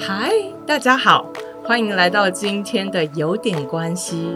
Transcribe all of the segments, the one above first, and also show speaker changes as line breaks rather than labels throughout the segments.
嗨，大家好，欢迎来到今天的有点关系。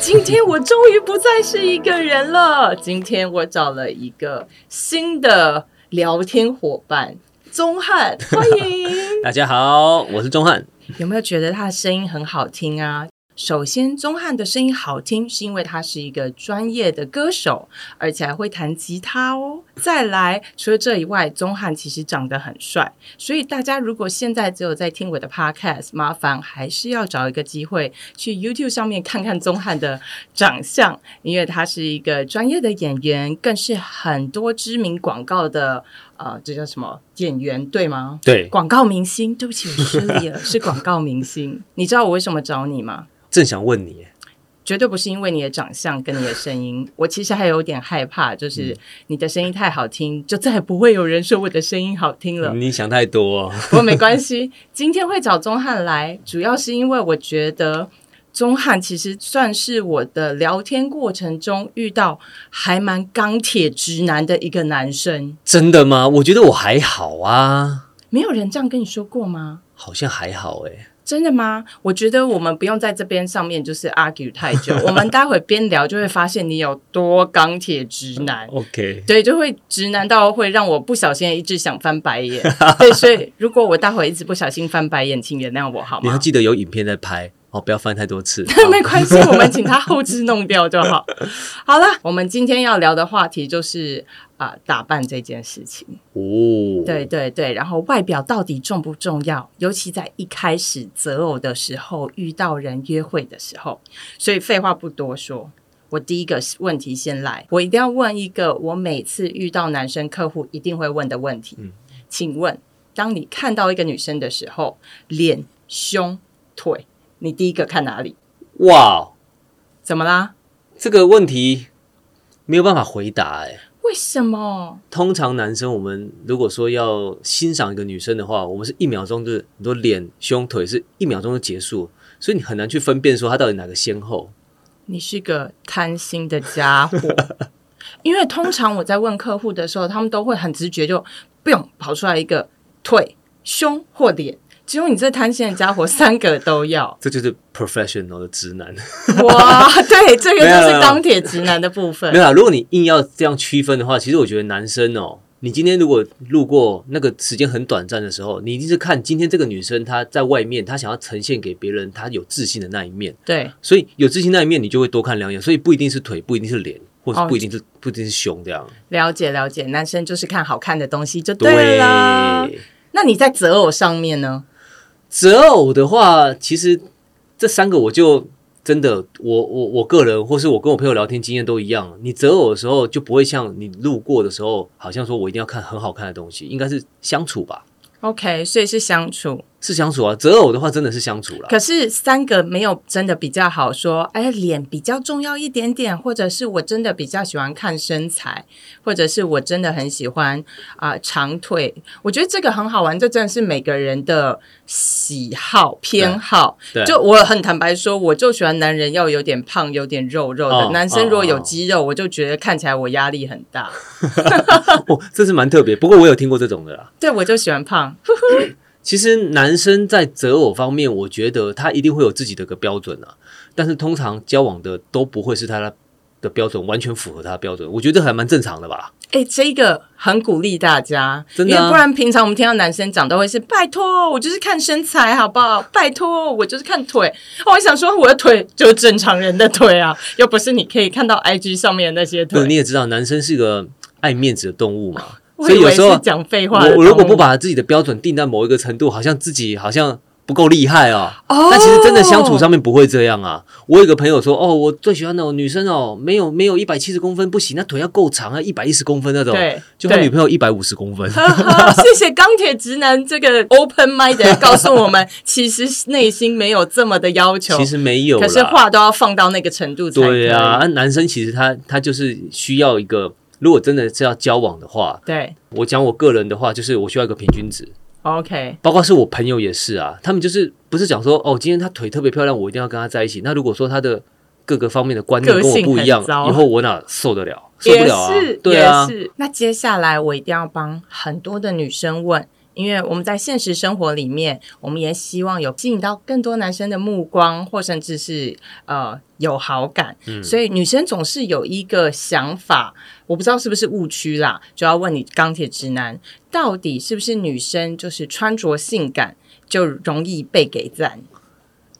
今天我终于不再是一个人了，今天我找了一个新的聊天伙伴，钟汉，欢迎。
大家好，我是钟汉。
有没有觉得他的声音很好听啊？首先，钟汉的声音好听，是因为他是一个专业的歌手，而且还会弹吉他哦。再来，除了这以外，钟汉其实长得很帅，所以大家如果现在只有在听我的 podcast，麻烦还是要找一个机会去 YouTube 上面看看钟汉的长相，因为他是一个专业的演员，更是很多知名广告的呃，这叫什么演员对吗？
对，
广告明星，对不起，我失礼了，是广告明星。你知道我为什么找你吗？
正想问你，
绝对不是因为你的长相跟你的声音，我其实还有点害怕，就是你的声音太好听，就再也不会有人说我的声音好听了。
你想太多、哦。
不过没关系，今天会找钟汉来，主要是因为我觉得钟汉其实算是我的聊天过程中遇到还蛮钢铁直男的一个男生。
真的吗？我觉得我还好啊，
没有人这样跟你说过吗？
好像还好哎。
真的吗？我觉得我们不用在这边上面就是 argue 太 久，我们待会边聊就会发现你有多钢铁直男。
OK，
对，就会直男到会让我不小心一直想翻白 眼。对，所以如果我待会一直不小心翻白眼，请原谅我好
你要
吗？
记得有影片在拍哦，不要翻太多 次。
没关系，我们请他后置弄掉就好。好了，我们今天要聊的话题就是啊、打扮这件事情。
哦，
对，对对，然后外表到底重不重要？尤其在一开始择偶的时候，遇到人约会的时候，所以废话不多说。我第一个问题先来，我一定要问一个我每次遇到男生客户一定会问的问题，
嗯
请问，当你看到一个女生的时候，脸、胸、腿，你第一个看哪里？
哇，
怎么啦？
这个问题没有办法回答哎。
为什么？
通常男生我们如果说要欣赏一个女生的话，我们是一秒钟就是很多脸、胸、腿是一秒钟就结束，所以你很难去分辨说她到底哪个先后。
你是个贪心的家伙。 因为通常我在问客户的时候，他们都会很直觉就“砰”跑出来一个腿、胸或脸，只有你这贪心的家伙三个都 要。
这就是 professional 的直男。
哇，对，这个
没有
就
没
是
有
钢铁直男的部
没
分。
有啦，啊如果你硬要这样区分的话，其实我觉得男生哦，你今天如果路过那个时间很短暂的时候，你一定是看今天这个女生她在外面，她想要呈现给别人她有自信的那一面，
对，
所以有自信那一面你就会多看两眼，所以不一定是腿，不一定是脸，或
哦
是不一定是、不一定是胸这样。
了解了解，男生就是看好看的东西就对啊啦。那你在择偶上面呢？
择偶的话，其实这三个我就真的，我我我个人，或是我跟我朋友聊天经验都一样。你择偶的时候就不会像你路过的时候，好像说我一定要看很好看的东西，应该是相处吧，
OK，所以是相处，
是相处啊。择偶的话，真的是相处啦。
可是三个没有真的比较好说，哎，脸比较重要一点点，或者是我真的比较喜欢看身材，或者是我真的很喜欢啊、长腿。我觉得这个很好玩，这真的是每个人的喜好偏好。
对，
就我很坦白说，我就喜欢男人要有点胖、有点肉肉的。
哦
男生如果有
哦哦
肌肉，我就觉得看起来我压力很大。
哦，这是蛮特别。不过我有听过这种的啦。
对，我就喜欢胖。
其实男生在择偶方面，我觉得他一定会有自己的一个标准啊，但是通常交往的都不会是他的标准完全符合他的标准，我觉得还蛮正常的吧。
哎、这个很鼓励大家，
真的啊
因为不然平常我们听到男生讲都会是拜托，我就是看身材好不好？拜托，我就是看腿。哦我想说我的腿就是正常人的腿啊，又不是你可以看到 IG 上面的那些
对，
腿。
你也知道，男生是个爱面子的动物 嘛，
我
所以
以
有
为
时候
是讲废话的
我我如果不
动物
把自己的标准定在某一个程度，好像自己好像不够厉害哦。
哦，
但其实真的相处上面不会这样啊。我有一个朋友说，哦，我最喜欢那种女生哦，没有没有一百七十公分不行，那腿要够长啊，一百一十公分那种。
对，
就他
对
女朋友一百五 十公分，
哦谢谢钢铁直男这个 open mind 的人告诉我 们，其实内心没有这么的要求
其，实没有啦。
可是话都要放到那个程度才可以。
对啊，啊男生其实他他就是需要一个，如果真的是要交往的话，
对
我讲我个人的话，就是我需要一个平均值。
，OK，
包括是我朋友也是啊，他们就是不是讲说哦，今天她腿特别漂亮，我一定要跟她在一起。那如果说她的各个方面的观念
个
跟
性
我不一样，
很糟
以后我哪受得了？受不了啊
也是，！
对啊
也，是。那接下来我一定要帮很多的女生问，因为我们在现实生活里面，我们也希望有吸引到更多男生的目光，或甚至是呃有好感。
嗯
所以女生总是有一个想法，我不知道是不是误区啦，就要问你钢铁直男，到底是不是女生就是穿着性感就容易被给赞？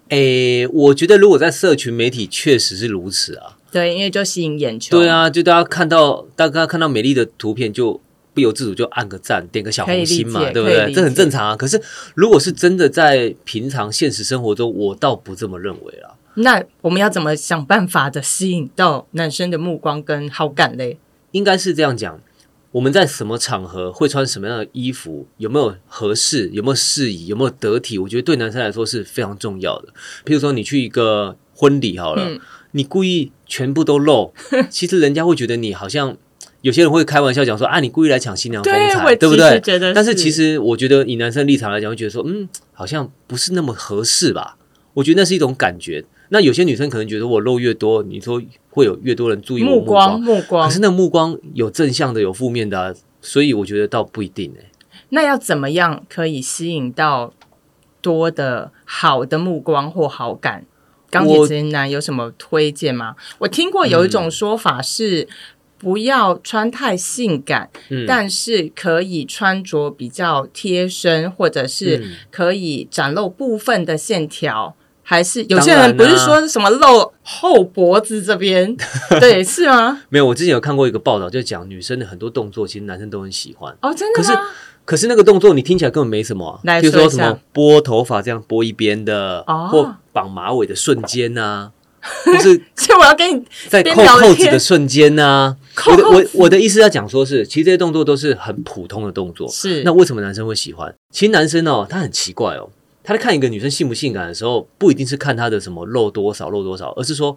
诶，我觉得如果在社群媒体确实是如此啊，
对，因为就吸引眼球。
对，啊，就大家看到大家看到美丽的图片就。不由自主就按个赞，点个小红心嘛
可以，理解
对不
可以
对？
理
这很
解
正常啊。可是，如果是真的在平常现实生活中，我倒不这么认为啦。
那我们要怎么想办法的吸引到男生的目光跟好感嘞？
应该是这样讲：我们在什么场合会穿什么样的衣服，有没有合适，有没有适宜，有没有得体？我觉得对男生来说是非常重要的。譬如说，你去一个婚礼好了，
嗯
你故意全部都 露，其实人家会觉得你好像。有些人会开玩笑讲说啊，你故意来抢新娘风采，
我
对不
其实
对？
觉得，
但是其实我觉得以男生立场来讲，会觉得说，嗯，好像不是那么合适吧？我觉得那是一种感觉。那有些女生可能觉得我露越多，你说会有越多人注意我
目光目
可
光
是那目光有正向的，有负面的、啊，所以我觉得倒不一定哎、
那要怎么样可以吸引到多的好的目光或好感？钢铁
我
直男有什么推荐吗？我听过有一种说法是，不要穿太性感，
嗯，
但是可以穿着比较贴身，或者是
嗯
可以展露部分的线条。还是有些
当然
人不
啊
是说什么露后脖子这 边，对，是吗？
没有，我之前有看过一个报道，就讲女生的很多动作，其实男生都很喜欢。
哦，真的
可是
吗？
可是那个动作你听起来根本没什么啊，
来
比如
说
说
一
什
下
么拨头发这样拨一边的，
哦
或绑马尾的瞬间呐、或是
所以我要跟你
在
边
扣
聊
扣子
天
的瞬间呐、
扣
我的
扣
我
子
我的意思要讲说是，其实这些动作都是很普通的动作，
是
那为什么男生会喜欢？其实男生哦，他很奇怪哦，他在看一个女生性不性感的时候，不一定是看她的什么露多少露多少，而是说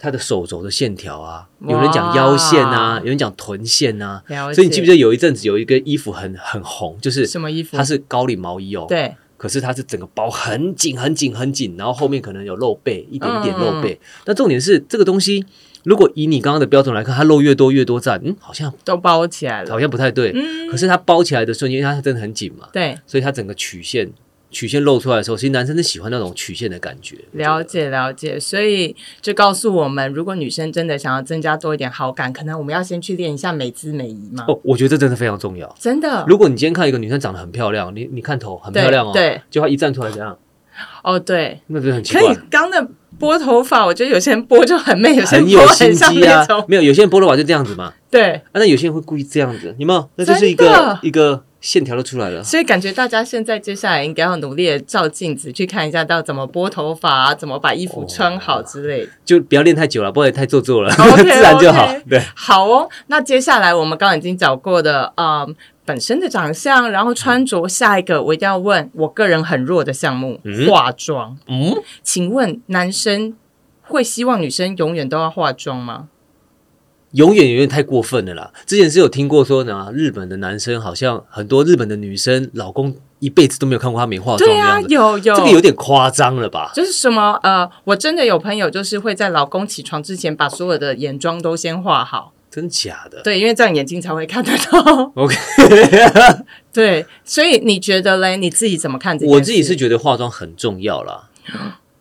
她的手肘的线条啊，
哇
有人讲腰线啊，有人讲臀线啊。
了解，
所以你记不记得有一阵子有一个衣服很很红，就是
什么衣服？
它是高领毛衣哦，，
对，
可是它是整个包很紧很紧很紧，然后后面可能有露背，一点点露
嗯
背。那重点是这个东西，如果以你刚刚的标准来看，它露越多越多赞，嗯，好像
都包起来了。
好像不太对。
嗯，
可是它包起来的瞬间，因为它真的很紧嘛，
对，
所以它整个曲线曲线露出来的时候，其实男生是喜欢那种曲线的感觉。
了解了解，所以就告诉我们，如果女生真的想要增加多一点好感，可能我们要先去练一下美姿美仪嘛。
哦，我觉得这真的非常重要。
真的
如果你今天看一个女生长得很漂亮，你你看头很
对
漂亮哦，
对，
就她一站出来怎样，
哦，对，
那真的很奇
可以
怪。
刚的拨头发，我觉得有些人拨就很媚，有些人
很
拨
有
很
心
像
机
那
啊
种，，
没有有些人波罗瓦就这样子嘛，
对，
啊，那有些人会故意这样子，有没有？那就是一
真
个
的
一个线条都出来了。
所以感觉大家现在接下来应该要努力的照镜子，去看一下到怎么拨头发、啊，怎么把衣
哦
服穿好之类的。
就不要练太久了，不然也太做作了
OK，OK
自然就好。对，
好哦，那接下来我们刚刚已经找过的，嗯，本身的长相，然后穿着，下一个我一定要问我个人很弱的项目
嗯，
化妆。
嗯，
请问男生会希望女生永远都要化妆吗？
永远有点太过分了啦。之前是有听过说呢，日本的男生好像很多日本的女生老公一辈子都没有看过她没化妆的
对啊，
样子，
有有
这个有点夸张了吧？
就是什么呃，我真的有朋友就是会在老公起床之前把所有的眼妆都先画好，
真假的
对，因为这样眼睛才会看得到。
？OK，
对，所以你觉得嘞？你自己怎么看这件事？
我自己是觉得化妆很重 要啦，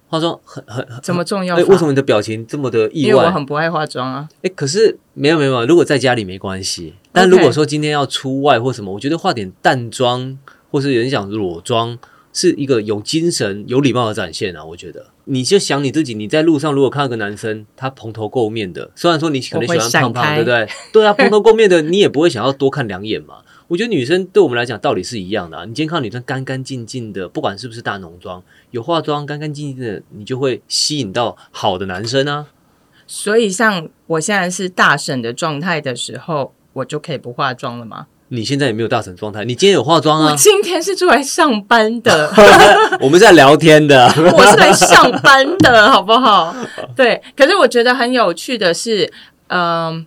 化妆很很很。
怎么重要
哎、
法？
为什么你的表情这么的意
因为我
外？
很不爱化妆啊。
哎、可是没有没有，没有如果在家里没关系，但如果说今天要出外或什么，我觉得化点淡妆，或是有人讲裸妆，是一个有精神、有礼貌的展现啊。我觉得，你就想你自己，你在路上如果看到个男生，他蓬头垢面的，虽然说你可能喜
我会
欢
闪
胖胖，
开
对不对？对啊，蓬头垢面的，你也不会想要多看两眼嘛。我觉得女生对我们来讲道理是一样的、啊。你今天看到女生干干净净的，不管是不是大浓妆，有化妆干干净净的，你就会吸引到好的男生啊。
所以像我现在是大婶的状态的时候，我就可以不化妆了吗？
你现在也没有大神状态，你今天有化妆啊
我？今天是出来上班的，
我们是在聊天的。
我是来上班的，好不好？对，可是我觉得很有趣的是，嗯、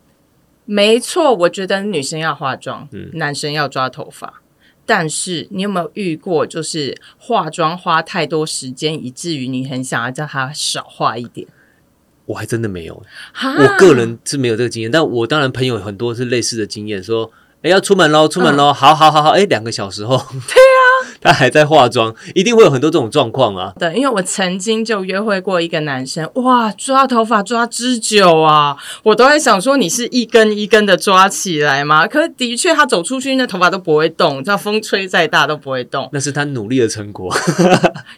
没错，我觉得女生要化妆，男生要抓头发。但是你有没有遇过，就是化妆花太多时间，以至于你很想要叫他少化一点？
我还真的没有，啊
哈
我个人是没有这个经验，但我当然朋友很多是类似的经验，说，哎，要出门喽，出门喽，好好好好，哎，两个小时后， 对啊，他还在化妆，一定会有很多这种状况啊。
对，因为我曾经就约会过一个男生，哇，抓头发抓之久啊，我都在想说你是一根一根的抓起来吗？可是的确，他走出去那头发都不会动，你知道风吹再大都不会动。
那是他努力的成果，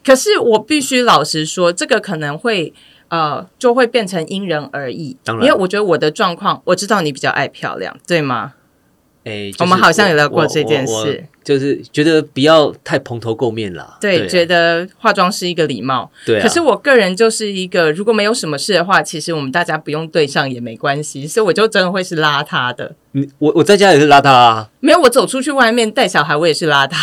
可是我必须老实说，这个可能会。呃，就会变成因人而异。
当然
因为我觉得我的状况，我知道你比较爱漂亮，对吗？
哎，就是
我们好像有聊过这件，
我我我
事。
就是觉得不要太蓬头垢面啦。
对，
啊
觉得化妆是一个礼貌。
对啊，
可是我个人就是一个，如果没有什么事的话，其实我们大家不用对上也没关系，所以我就真的会是邋遢的。
你我我在家也是邋遢啊，
没有，我走出去外面带小孩，我也是邋遢，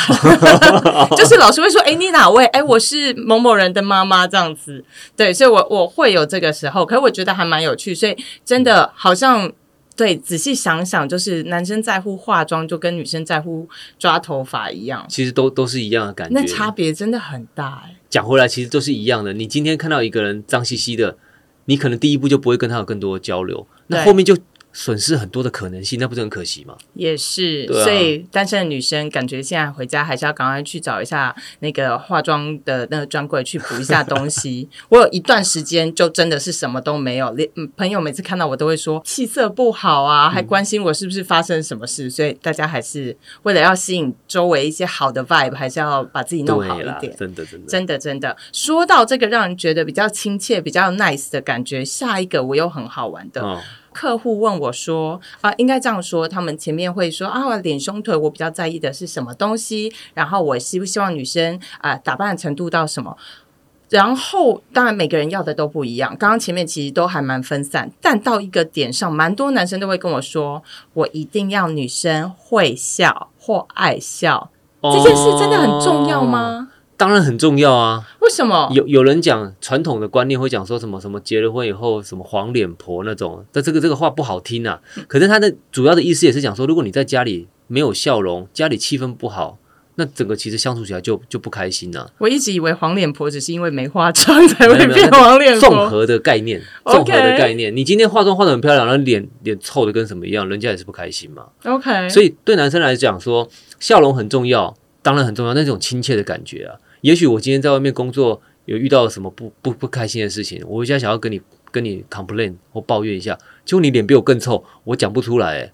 就是老师会说：“哎，你哪位？哎，我是某某人的妈妈。”这样子，对，所以我我会有这个时候，可是我觉得还蛮有趣，所以真的好像对仔细想想，就是男生在乎化妆，就跟女生在乎抓头发一样，
其实都都是一样的感觉。
那差别真的很大、哎。
讲回来，其实都是一样的。你今天看到一个人脏兮兮的，你可能第一步就不会跟他有更多的交流，那
对
后面就损失很多的可能性，那不是很可惜吗？
也是，
对啊
所以单身的女生感觉现在回家还是要赶快去找一下那个化妆的那个专柜去补一下东西。 我有一段时间就真的是什么都没有，连、嗯朋友每次看到我都会说气色不好
嗯
啊，还关心我是不是发生什么事。所以大家还是为了要吸引周围一些好的 vibe，还是要把自己弄好
对
一
啦
点，。
真的真的。
真的真的，说到这个让人觉得比较亲切、比较 nice 的感觉，下一个我有很好玩的，
哦，
客户问我说：“啊、应该这样说，他们前面会说啊，我脸、胸、腿，我比较在意的是什么东西，然后我希不希望女生啊、打扮的程度到什么。”然后，当然每个人要的都不一样。刚刚前面其实都还蛮分散，但到一个点上，蛮多男生都会跟我说：“我一定要女生会笑或爱笑。”这件事真的很重要
哦？
吗？
当然很重要啊！
为什么？
有有人讲传统的观念会讲说什么什么结了婚以后什么黄脸婆那种，但这个这个话不好听啊。可是他的主要的意思也是讲说，如果你在家里没有笑容，家里气氛不好，那整个其实相处起来就就不开心了、啊
我一直以为黄脸婆只是因为没化妆才会
没有没有
变黄脸婆，
综合的概念，
OK
综合的概念。你今天化妆化的很漂亮，然后脸脸臭的跟什么一样，人家也是不开心嘛。
OK，
所以对男生来讲说，笑容很重要，当然很重要，那种亲切的感觉啊。也许我今天在外面工作有遇到什么不不不开心的事情，我回家想要跟你跟你 complain 或抱怨一下，结果你脸比我更臭，我讲不出来、欸。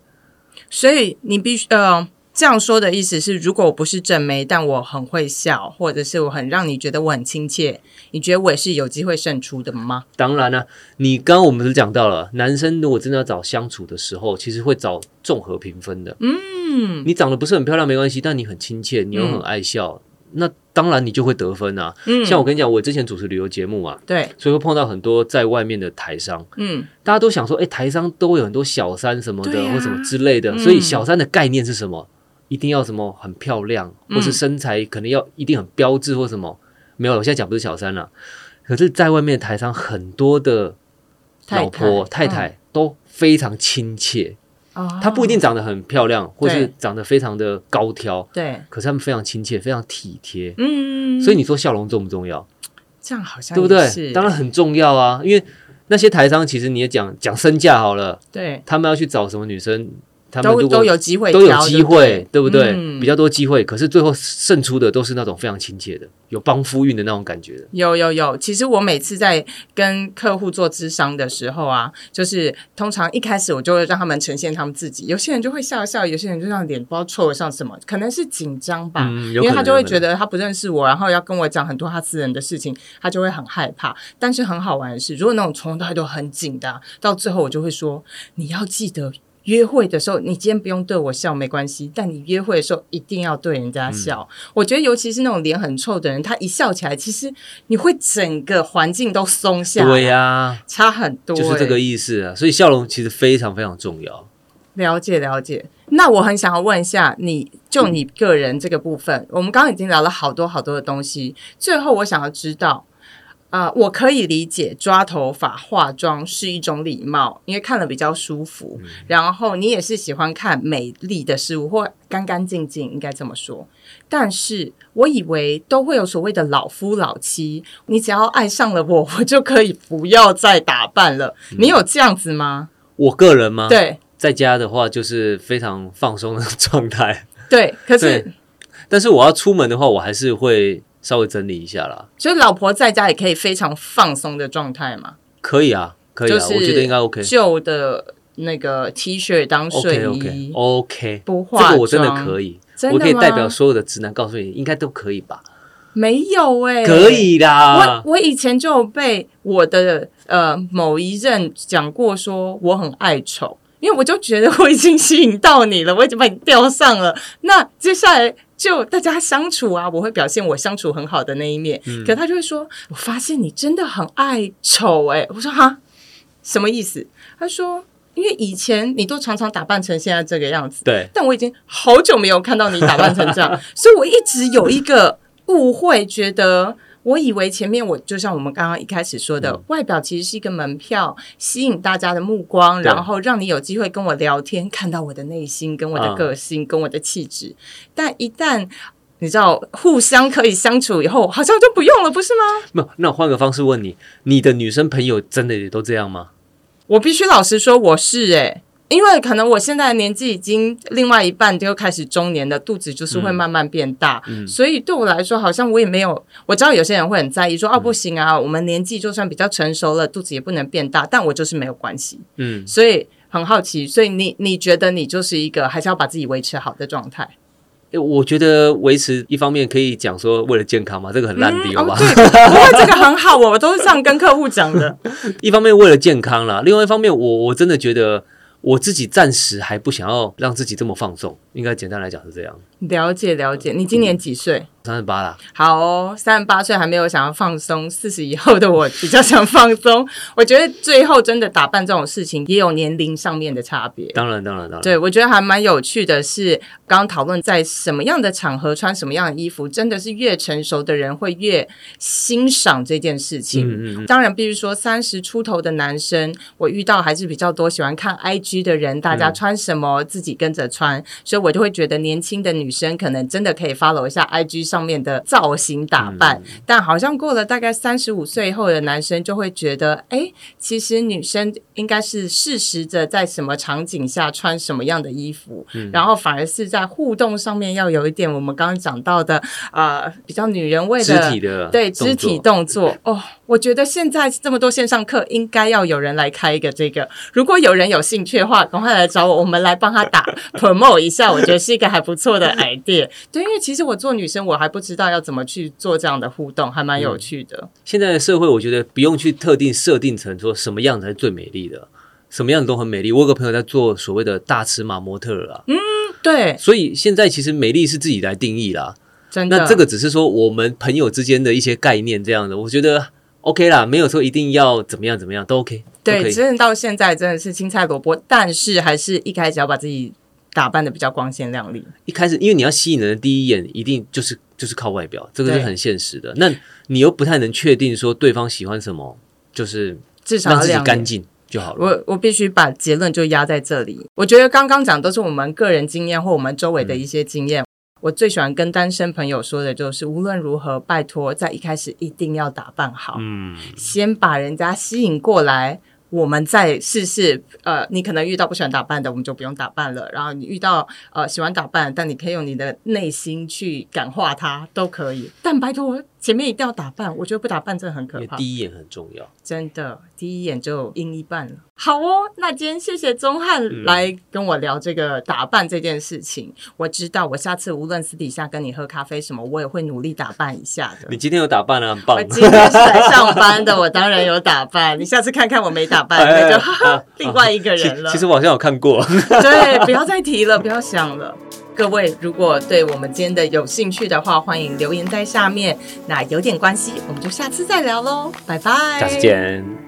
所以你必须呃这样说的意思是，如果我不是正妹，但我很会笑，或者是我很让你觉得我很亲切，你觉得我也是有机会胜出的吗？
当然啦、啊你刚刚我们是讲到了，男生如果真的要找相处的时候，其实会找综合评分的。嗯，你长得不是很漂亮没关系，但你很亲切，你又很爱笑，那当然你就会得分啊。
嗯
像我跟你讲，我之前主持旅游节目啊，
对，
所以会碰到很多在外面的台商，
嗯，
大家都想说，哎，台商都会有很多小三什么的、
对啊
或什么之类的，
嗯
所以小三的概念是什么？一定要什么很漂亮，或是身材可能要一定很标致或什么？没有，我现在讲不是小三了。可是，在外面的台商很多的老婆太太,、都非常亲切，
嗯哦
她不一定长得很漂亮，或是
对
长得非常的高挑，
对，
可是她们非常亲切，非常体贴。
嗯，
所以你说笑容重不重要，
这样好像
对不
也
对？
是
当然很重要啊，因为那些台商其实你也讲讲身价好了，
对，
他们要去找什么女生，他们
都
如
都
果
有机会，
都有机会，对不对？
嗯
比较多机会，可是最后胜出的都是那种非常亲切的，有帮夫运的那种感觉的。
有有有，其实我每次在跟客户做咨商的时候啊，就是通常一开始我就会让他们呈现他们自己，有些人就会笑一笑，有些人就让脸不知道臭得像什么，可能是紧张吧，
嗯有
因
可能
为他就会
有可
觉
能
得他不认识我，然后要跟我讲很多他私人的事情，他就会很害怕。但是很好玩的是，如果那种从头到尾都很紧的啊、到最后我就会说，你要记得。约会的时候，你今天不用对我笑没关系，但你约会的时候一定要对人家笑。
嗯
我觉得，尤其是那种脸很臭的人，他一笑起来，其实你会整个环境都松下来，
对呀、
差很多、
就是这
欸
个意思啊。所以笑容其实非常非常重要。
了解了解。那我很想要问一下你，就你个人这个部分，我们刚刚已经聊了好多好多的东西，最后我想要知道。啊、我可以理解抓头发、化妆是一种礼貌，因为看了比较舒服。然后你也是喜欢看美丽的事物或干干净净，应该这么说。但是我以为都会有所谓的老夫老妻，你只要爱上了我，我就可以不要再打扮了。你有这样子吗？
我个人吗？，
对，
在家的话就是非常放松的 状态。
对，可
对
是
但是我要出门的话，我还是会稍微整理一下啦。
所以老婆在家也可以非常放松的状态嘛，
可以啊，可以啊，
就是
我觉得应该 OK。
旧的那个 T 恤当睡
OK
衣
OK OK，
不
这
化妆，
个我真的可以，
真的
我
吗
可以代表所有的直男告诉你，应该都可以吧？
没有哎、
可。以
我
啦，
我以前就有被我的呃某一任讲过，说我很爱丑，因为我就觉得我已经吸引到你了，我已经把你钓上了。那接下来就大家相处啊，我会表现我相处很好的那一面。可他就会说，我发现你真的很爱丑、欸，我说哈，什么意思？他说，因为以前你都常常打扮成现在这个样子，
对，
但我已经好久没有看到你打扮成这 样，所以我一直有一个误会，觉得我以为前面我就像我们刚刚一开始说
嗯
的，外表其实是一个门票，吸引大家的目光，
对
然后让你有机会跟我聊天，看到我的内心、跟我的
嗯
个性、跟我的气质。但一旦你知道互相可以相处以后，好像就不用了，不是吗？
没有。那我换个方式问你，你的女生朋友真的也都这样吗？
我必须老实说，我是诶、因为可能我现在的年纪已经另外一半就开始中年了，肚子就是会慢慢变大，所以对我来说，好像我也没有。我知道有些人会很在意说，哦、不行啊，我们年纪就算比较成熟了，肚子也不能变大，但我就是没有关系。
嗯，
所以很好奇，所以你你觉得你就是一个还是要把自己维持好的状态？
诶嗯我觉得维持一方面可以讲说为了健康嘛，这个很烂的理由吧。
嗯哦对，不过这个很好，我都是这样跟客户讲的。
一方面为了健康啦，另外一方面我我真的觉得我自己暂时还不想要让自己这么放纵，应该简单来讲是这样。
了解了解，你今年几岁？
三十八啦，
好哦，三十八岁还没有想要放松，四十以后的我比较想放松。我觉得最后真的打扮这种事情，也有年龄上面的差别。
当然当然当然，
对，我觉得还蛮有趣的是，刚刚讨论在什么样的场合穿什么样的衣服，真的是越成熟的人会越欣赏这件事情。
嗯嗯嗯
当然，必须说三十出头的男生，我遇到还是比较多喜欢看 IG 的人，大
嗯
家穿什么、自己跟着穿，所以我就会觉得年轻的女生可能真的可以 follow 一下 IG 上面的造型打扮，
嗯
但好像过了大概三十五岁后的男生就会觉得，哎，其实女生应该是适时的在什么场景下穿什么样的衣服，
嗯
然后反而是在互动上面要有一点我们刚刚讲到的，呃，比较女人味
肢
的
体的
对
呃动
肢体
作
动作哦，我觉得现在这么多线上课，应该要有人来开一个这个。如果有人有兴趣的话，赶快来找我，我们来帮他打 promote 一下，我觉得是一个还不错的 idea。对，因为其实我做女生，我还不知道要怎么去做这样的互动，还蛮有趣的。
现在的社会，我觉得不用去特定设定成说什么样才是最美丽的，什么样子都很美丽。我有个朋友在做所谓的大尺码模特儿啊，
嗯对，
所以现在其实美丽是自己来定义啦。
真的。啊
那这个只是说我们朋友之间的一些概念这样的，我觉得 OK 啦，没有说一定要怎么样怎么样都 OK，都可
对，
以。
真的到现在真的是青菜萝卜，但是还是一开始要把自己打扮的比较光鲜亮丽。
一开始因为你要吸引人的第一眼，一定就是就是靠外表，这个是
对
很现实的。那你又不太能确定说对方喜欢什么，就是
至少
让
要
自己
亮
干
眼
净就好了。
我我必须把结论就压在这里。我觉得刚刚讲都是我们个人经验或我们周围的一些经验。我最喜欢跟单身朋友说的就是，无论如何，拜托在一开始一定要打扮好，
嗯，
先把人家吸引过来。我们再试试，呃，你可能遇到不喜欢打扮的，我们就不用打扮了。然后你遇到呃喜欢打扮，但你可以用你的内心去感化他，都可以。但拜托，前面一定要打扮，我觉得不打扮真的很
因
可
为
怕。
第一眼很重要。
真的，第一眼就赢一半了。好哦，那今天谢谢钟
嗯
汉来跟我聊这个打扮这件事情。我知道，我下次无论私底下跟你喝咖啡什么，我也会努力打扮一下的
你。今天有打扮啊，很棒
我。今天是来上班的，我当然有打扮。你下次看看我没打扮，
哎
那就 另外一个
啊其
人了。
其实我好像有看过，
对，不要再提了，不要想了。各位，如果对我们今天的有兴趣的话，欢迎留言在下面。那有点关系，我们就下次再聊喽，拜拜。
下次见。